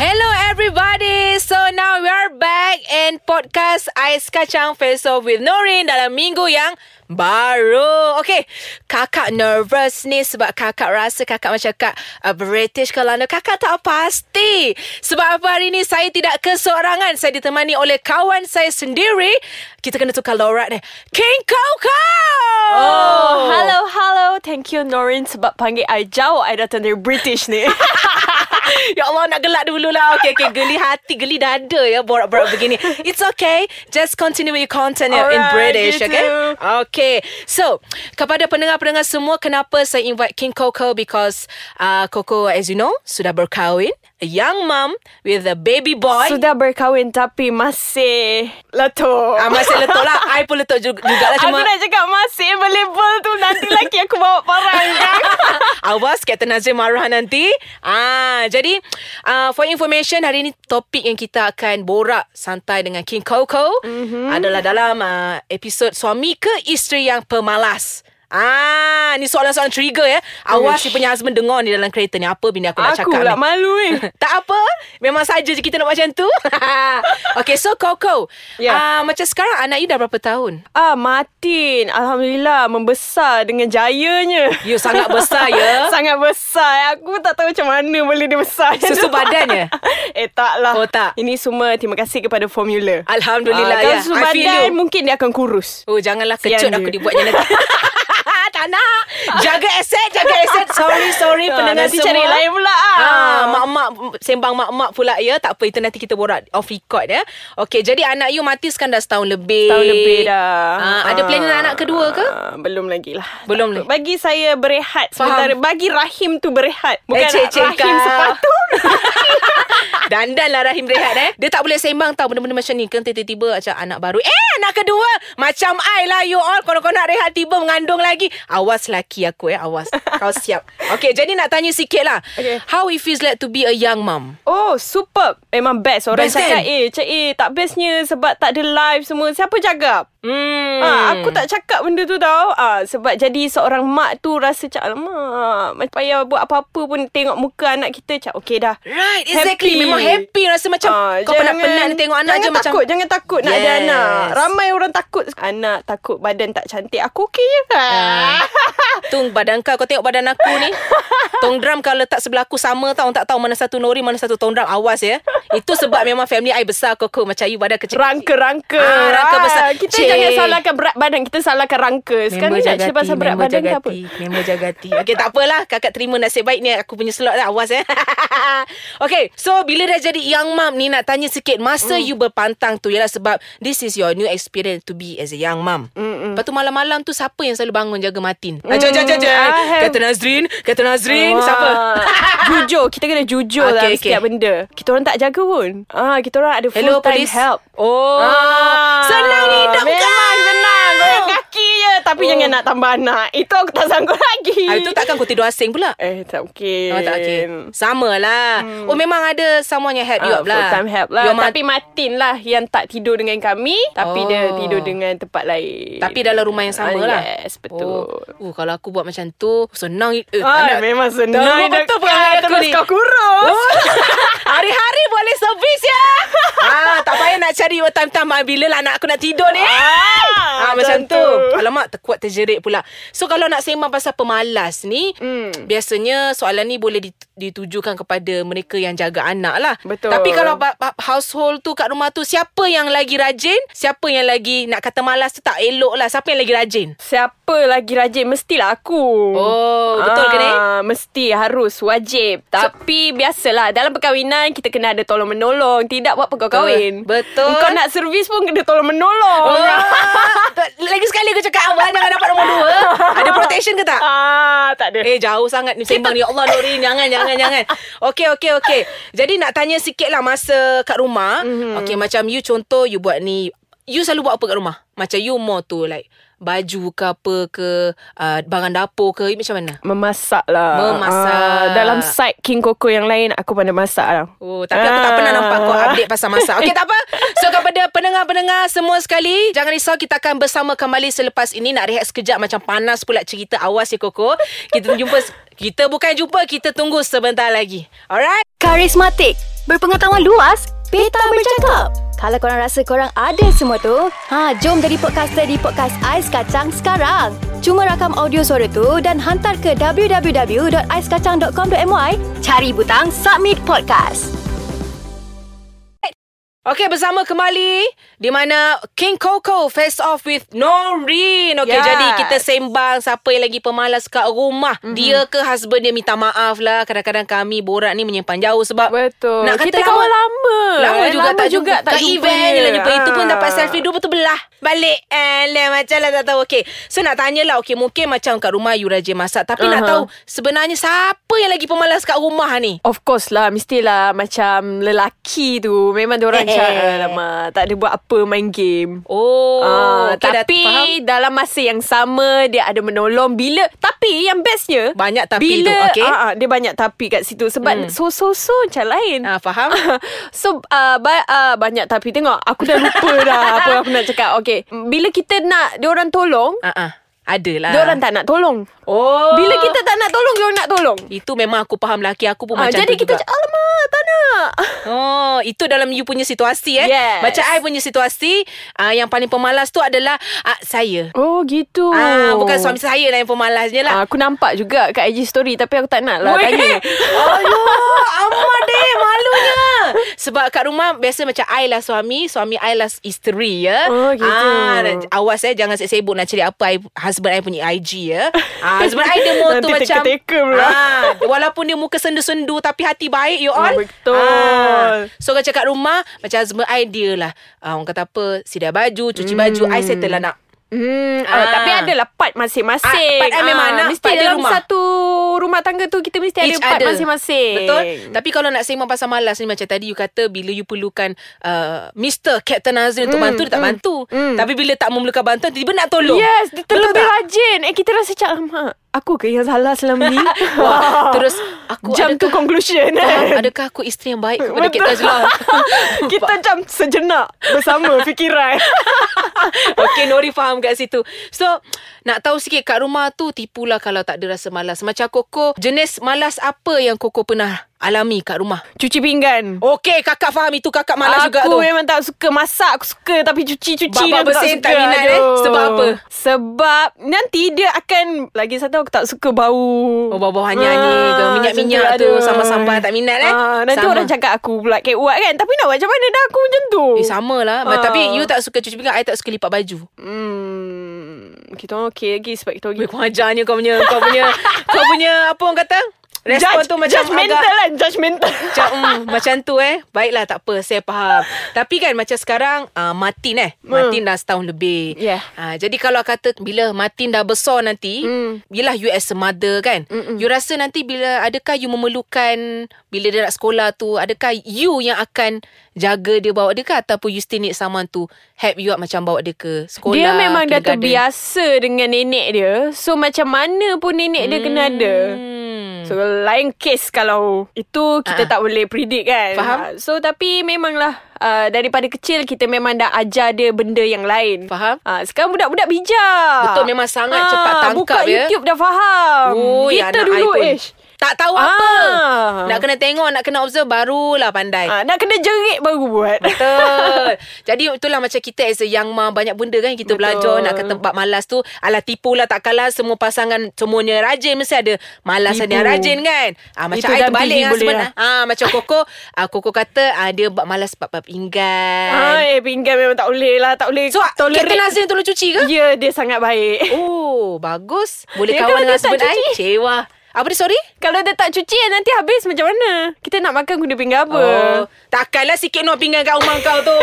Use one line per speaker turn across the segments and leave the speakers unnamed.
Hello everybody So now we are back And podcast Ais Kacang Face Off with Norin Dalam minggu yang baru Okay Kakak nervous ni Sebab kakak rasa kakak macam kak uh, British ke London Kakak tak pasti Sebab apa hari ni saya tidak keseorangan Saya ditemani oleh kawan saya sendiri Kita kena tukar lorak ni King Kau
Oh, hello, hello. Thank you, Norin. Sebab panggil I jauh, I datang dari British ni.
Ya Allah nak gelak dulu lah Okay, okay. Geli hati, geli dada ya Borak-borak begini It's okay Just continue with your content Alright, in
Alright,
British
you
Okay
too.
Okay So Kepada pendengar-pendengar semua Kenapa saya invite King Coco Because uh, Coco as you know Sudah berkahwin A young mom With a baby boy
Sudah berkahwin tapi masih letup.
Ah, masih letup lah I pun letup juga, juga lah
Aku
Cuma
nak cakap masih label tu nanti laki aku bawa parang kan.
Awas Captain Nazim marah nanti ah, Jadi uh, For information Hari ni topik yang kita akan Borak santai dengan King Coco mm-hmm.
Mhm.
Adalah dalam uh, Episod suami ke isteri yang pemalas Ah, ni soalan-soalan trigger ya. Awas si
Uish.
punya husband dengar ni dalam kereta ni. Apa bini aku nak
aku
cakap
lah
ni.
malu eh.
tak apa. Memang saja je kita nak macam tu. okay, so Coco.
Ya.
Yeah. Uh, macam sekarang anak you dah berapa tahun?
Ah, Martin. Alhamdulillah membesar dengan jayanya.
You sangat besar ya.
Sangat besar. Aku tak tahu macam mana boleh dia besar. macam
Susu
tu.
badannya?
eh, tak lah.
Oh, tak.
Ini semua terima kasih kepada formula.
Alhamdulillah
Ah,
ya.
Kalau susu
I feel
badan
you.
mungkin dia akan kurus.
Oh janganlah
Sian
kecut
dia.
aku dibuatnya nanti. tak nak. Jaga aset, jaga aset. Sorry, sorry
Ah,
pendengar
nanti
semua.
cari lain pula.
Ah, mak-mak sembang mak-mak pula ya. Tak apa itu nanti kita borak off record ya. Okey, jadi anak you mati sekarang dah setahun lebih.
Tahun lebih dah.
Eh, Ah, ada plan nak anak kedua ke?
Ah, Belum lagi lah.
Belum lagi.
Tak apa. Bagi saya berehat
Faham.
sementara. Bagi rahim tu berehat. Bukan
Eh, cik, cik
rahim
kau.
sepatu.
Dandan lah Rahim Rehat eh Dia tak boleh sembang tau Benda-benda macam ni Kan tiba-tiba macam anak baru Eh anak kedua Macam I lah you all Konon-konon Rehat tiba mengandung lagi Awas laki aku eh Awas Kau siap Okay jadi nak tanya sikit lah
Okay.
How it feels like to be a young mom
Oh, superb. Memang best. Orang
Best
cakap,
kan?
eh, cik, eh, tak bestnya sebab tak ada live semua. Siapa jaga?
Hmm
Ah, aku tak cakap benda tu tau ah, Sebab jadi seorang mak tu Rasa macam Alamak Macam payah buat apa-apa pun Tengok muka anak kita Macam okay dah
Right exactly
Happy.
Memang happy rasa macam
Ah,
Kau
jangan-
penat-penat ni tengok anak
jangan
je
takut,
macam
Jangan takut Nak ada
Yes.
anak Ramai orang takut Anak takut badan tak cantik Aku okey je
Ah. Tung badan kau Kau tengok badan aku ni Tong drum kau letak sebelah aku Sama tau Tak tahu mana satu nori Mana satu tong drum Awas ya Itu sebab memang family I besar koko Macam you badan kecil
Rangka-rangka
Ah, rangka besar.
Kita
Cik.
jangan salahkan berat badan Kita salahkan rangka Sekarang ni nak cerita pasal berat badan ke apa
Member jaga hati Okay tak apalah Kakak terima nasib baik ni Aku punya slot lah Awas eh Okay So bila dah jadi young mom ni Nak tanya sikit Masa
Hmm.
you berpantang tu Ialah sebab This is your new experience To be as a young mom Mm-mm. Lepas tu malam-malam tu Siapa yang selalu bangun Jaga Martin mm. Jom jom jom jom
I have- Ah.
Kata Nazrin Kata Nazrin
Wah.
Siapa
jujur Kita kena jujur okay, dalam
Okay,
okay. setiap
okay.
benda Kita orang tak jaga pun ah, Kita orang ada full
Hello
time
police
help
Oh ah. Senang ni hidup
Memang
kau.
senang Goyang kaki je Tapi
Oh.
oh. Ah, jangan nak tambah anak Itu aku tak sanggup lagi
Hari tu takkan kau tidur asing pula
Eh tak mungkin
Oh tak okay Sama lah hmm. Oh memang ada Someone yang help you
Ah,
up lah
Full time help lah
Your ma-
Tapi Martin lah Yang tak tidur dengan kami Tapi
Oh.
dia tidur dengan tempat lain
Tapi dalam rumah yang sama
Ah,
lah
Yes betul
oh. Uh, Kalau aku buat macam tu Senang eh,
Ah,
anak-
memang
Teruk
senang
betul
hidup
perangai
kau.
aku
Terus
ni
kau kurus
Oh, Hari-hari boleh servis ya ah, Tak payah nak cari time-time ah, Bila lah anak aku nak tidur ni Ah, ah macam tu. Alamak terkuat terjerit pula. So kalau nak sembang pasal pemalas ni, mm. biasanya soalan ni boleh dit- ditujukan kepada mereka yang jaga anak lah.
Betul.
Tapi kalau ba- ba- household tu kat rumah tu siapa yang lagi rajin, siapa yang lagi nak kata malas tu tak elok lah. Siapa yang lagi rajin?
Siapa lagi rajin Mestilah aku
Oh, betul ke ni?
Ah, Mesti harus Wajib Tapi biasalah Dalam perkahwinan Kita kena ada tolong menolong Tidak buat kau kahwin
Betul.
Kau nak servis pun Kena tolong menolong
Oh. Lagi sekali aku cakap abang jangan dapat nombor dua. Ada protection ke tak?
ah, Tak ada
Eh jauh sangat ni sembang ni Ya Allah Nurin Jangan jangan jangan Okey okey okey Jadi nak tanya Mhm. sikit lah Masa kat rumah mm-hmm. Okey macam you contoh You buat ni You selalu buat apa kat rumah Macam you more to like baju ke apa ke uh, barang dapur ke you macam mana?
Memasak lah
Memasak.
Ah, Dalam side King Coco yang lain Aku pandai masak lah
Oh, tapi aku tak pernah nampak kau update pasal masak. Okey, tak apa. So, kepada pendengar-pendengar semua sekali, jangan risau kita akan bersama kembali selepas ini. Nak rehat sekejap macam panas pula cerita awas ya Koko. Kita jumpa, kita bukan jumpa, kita tunggu sebentar lagi. Alright?
Karismatik, berpengetahuan luas, peta bercakap. Kalau korang rasa korang ada semua tu, ha, jom jadi podcaster di Podcast Ais Kacang sekarang. Cuma rakam audio suara tu dan hantar ke www.aiskacang.com.my, cari butang Submit Podcast.
Okey, bersama kembali di mana King Coco face off with Noreen. Okey,
Yes.
jadi kita sembang siapa yang lagi pemalas kat rumah.
Mhm.
Mm-hmm. Dia ke husband dia minta maaf lah. Kadang-kadang kami borak ni menyimpan jauh sebab
Betul
Nak kata
Kita kawan lama
Lama
Eh,
juga
lama
tak
juga
jumpa.
tak
Kat
jumpa
event je lah jumpa. Itu pun
Ah.
dapat selfie dua betul belah. Balik. Alah macam lah tak tahu. Okay. So nak tanyalah. Okay mungkin macam kat rumah you rajin masak. Tapi uh-huh. nak
Aha.
tahu sebenarnya siapa yang lagi pemalas kat rumah ni?
Of course lah Mestilah macam Lelaki tu Memang diorang macam Alamak Tak ada buat apa Main game
Oh,
Ah,
okay, dah
tapi
faham.
dalam masa yang sama dia ada menolong bila tapi yang bestnya
Banyak tapi
bila,
tu, okay.
ah, ah, dia banyak tapi kat situ sebab hmm. so so so macam lain
Ah, faham?
so uh, ba- uh, banyak tapi tengok aku dah lupa dah apa yang aku nak cakap okay bila kita nak diorang tolong
Ah, ah. Adalah.
diorang tak nak tolong
Oh.
bila kita tak nak tolong diorang nak tolong
Itu memang aku faham laki aku pun
Ah,
macam
jadi
tu
kita
juga.
cak, alamak tak nak
Oh, itu dalam you punya situasi eh.
Yes.
Macam I punya situasi, uh, yang paling pemalas tu adalah uh, saya.
oh gitu
Ah, bukan suami saya lah yang pemalasnya lah.
Ah, aku nampak juga kat IG story tapi aku tak nak lah
Weh.
tanya.
Aduh, amat deh malunya. Sebab kat rumah biasa macam I lah suami, suami I lah isteri ya.
Oh, gitu.
dan awas eh jangan sibuk nak cari apa I, husband I punya IG ya. Ah, husband I dia mau tu
Nanti
macam
teka-teka pula.
Ah, walaupun dia muka sendu-sendu tapi hati baik you all. Ah,
Oh, betul.
So macam kat rumah macam husband I dia lah. Ah, orang kata apa, sidai baju, cuci baju, I settle lah nak.
Hmm,
Ah.
ah. tapi adalah part masing-masing.
Ah, part I memang nak,
mesti
part dia
dalam
rumah.
satu rumah tangga tu kita mesti ada
Each
part
other.
masing-masing.
Betul Tapi kalau nak sembang pasal malas ni Macam tadi you kata Bila you perlukan uh, Mr. Captain Azri Untuk mm, bantu Dia tak bantu mm. Tapi bila tak memerlukan bantuan Tiba-tiba nak tolong
Yes, dia tu
Betul
lebih
tak?
rajin. Eh kita rasa macam "Alamak, aku ke yang salah selama ni?
Wah, terus aku
Jump to conclusion
adakah,
eh.
adakah aku isteri yang baik kepada
Betul.
Captain Azlan
kita macam sejenak bersama fikiran.
Okay Nori faham kat situ So Nak tahu sikit kat rumah tu Tipulah kalau tak ada rasa malas Macam Koko Jenis malas apa yang Koko pernah Alami kat rumah
Cuci pinggan.
Okay kakak faham Itu kakak Oh, malas juga tu
Aku memang tak suka masak Aku suka Tapi cuci-cuci
Babak
ni aku tak
bersin
suka
tak minat, eh.
Aduh.
Sebab apa?
Sebab Nanti dia akan Lagi satu aku tak suka bau Ah,
Oh, bau-bau hanyi-hanyi ke, minyak-minyak
macam
tu,
aduh.
sambal-sambal tak minat, eh?
Ah, Nanti
Sama.
orang cakap aku pula Kekuat kan Tapi nak buat macam mana dah aku macam tu
Eh sama lah
Ah.
uh. Tapi you tak suka cuci pinggan I tak suka lipat baju
hmm, Kita orang okay lagi Sebab kita orang
Weh, kau ajarnya kau punya kau punya kau punya apa orang kata? Respon tu macam
judgemental
agak
lah Judgemental
macam, mm, macam tu eh Baiklah tak apa Saya faham Tapi kan macam sekarang uh, Martin eh Martin dah setahun lebih
Hmm. Yeah.
uh, Jadi kalau kata Bila Martin dah besar nanti
Hmm.
mm. Yelah you as a mother kan Mm-mm. You rasa nanti bila Adakah you memerlukan Bila dia nak sekolah tu Adakah you yang akan Jaga dia bawa dia ke Ataupun you still need someone to Help you out Macam bawa dia ke sekolah
Dia memang dah
kindergarten?
terbiasa Dengan nenek dia So macam mana pun Nenek dia kena ada
Hmm.
So lain case kalau Itu kita
Ah.
tak boleh predict kan
Faham.
Ah, So tapi memanglah uh, Daripada kecil kita memang dah ajar dia benda yang lain
Faham.
uh, Sekarang budak-budak bijak
Betul, memang sangat
Ah,
cepat tangkap,
Buka
ya.
YouTube dah faham
ya,
Kita
anak
dulu
I pun.
ish
Tak tahu ah. apa.
Ah.
Nak kena tengok, nak kena observe barulah pandai.
uh, Nak kena jerit baru buat
Betul. Jadi itulah macam kita as a young mom banyak benda kan kita Betul. belajar nak ke tempat malas tu. Alah tipu lah tak kalah semua pasangan semuanya rajin mesti ada malasan
Tipu.
yang rajin kan. Ah macam
Itu
I
dalam
terbalik
TV
dengan
boleh lah.
sebenarnya. Ah macam Koko, ah Koko kata ah, dia bab malas bab bab inggan.
Hai, pinggan memang tak boleh lah Tak boleh
So Captain Azrin tolong cuci ke?
Ya dia sangat baik
Oh, bagus. Boleh
Ya,
kawan dengan
kalau dia tak
husband I?
cuci.
Cewa. Apa dia sorry?
Kalau dia tak cuci eh, nanti habis macam mana Kita nak makan guna pinggan apa
Oh, takkanlah sikit no pinggan kat rumah kau tu.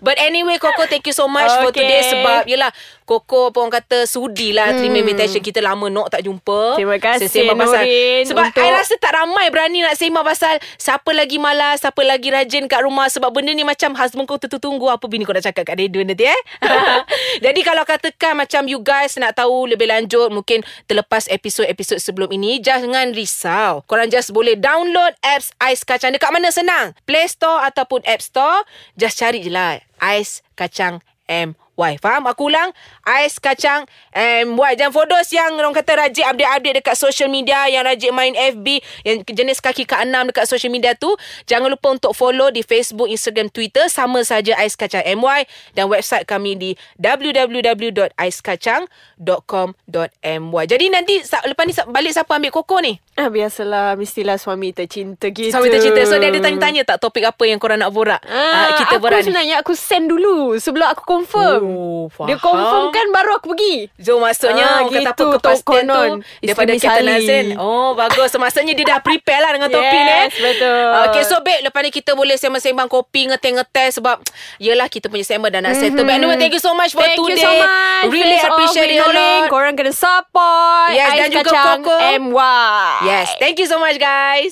But anyway, Koko, thank you so much okay. for
Okay.
today sebab yelah Koko pun orang kata Sudilah hmm. terima invitation kita lama Nok tak jumpa
Terima kasih,
Sesembang pasal-
Norin,
Sebab
untuk-
I rasa tak ramai berani nak sembang pasal Siapa lagi malas Siapa lagi rajin kat rumah Sebab benda ni macam Husband kau tertunggu Apa bini kau nak cakap kat radio nanti eh Jadi kalau katakan macam you guys nak tahu lebih lanjut Mungkin terlepas episod-episod sebelum ini Jangan risau Korang just boleh download apps Ais Kacang Dekat mana senang Play Store ataupun App Store Just cari je lah Ais Kacang MY Faham? Aku ulang Ais kacang MY Dan for those yang Orang kata rajin update-update Dekat social media Yang rajin main FB Yang jenis kaki keenam Dekat social media tu Jangan lupa untuk follow Di Facebook, Instagram, Twitter Sama saja Ais Kacang MY Dan website kami di www.aiskacang.com.my Jadi nanti sa- Lepas ni sa- balik siapa ambil koko ni?
Ah, biasalah. Mestilah suami tercinta kita.
Sama cerita So dia ada tanya-tanya tak Topik apa yang korang nak borak Ah,
Ah,
Kita
aku
borak ni
sebenarnya aku send dulu sebelum aku confirm.
Oh, faham.
Dia confirm kan baru aku pergi.
So maksudnya
Ah,
orang kata apa
gitu, tok
kepastian tu
konon.
daripada
Isteri
kita
Sali.
Nazin. Oh bagus. So maksudnya dia dah prepare lah dengan
Yes,
topik ni. eh.
betul.
Okay so babe lepas ni kita boleh sembang-sembang kopi ngeteh-ngeteh sebab yelah kita punya segment dah nak settle. Babe anyway thank you so much for
Mm-hmm. Thank
today.
you so much.
Really
Face off
appreciate
with
it a
Norin.
lot.
Korang kena support.
Yes, dan
Ais
juga
Kacang
Koko.
MY.
Yes thank you so much guys.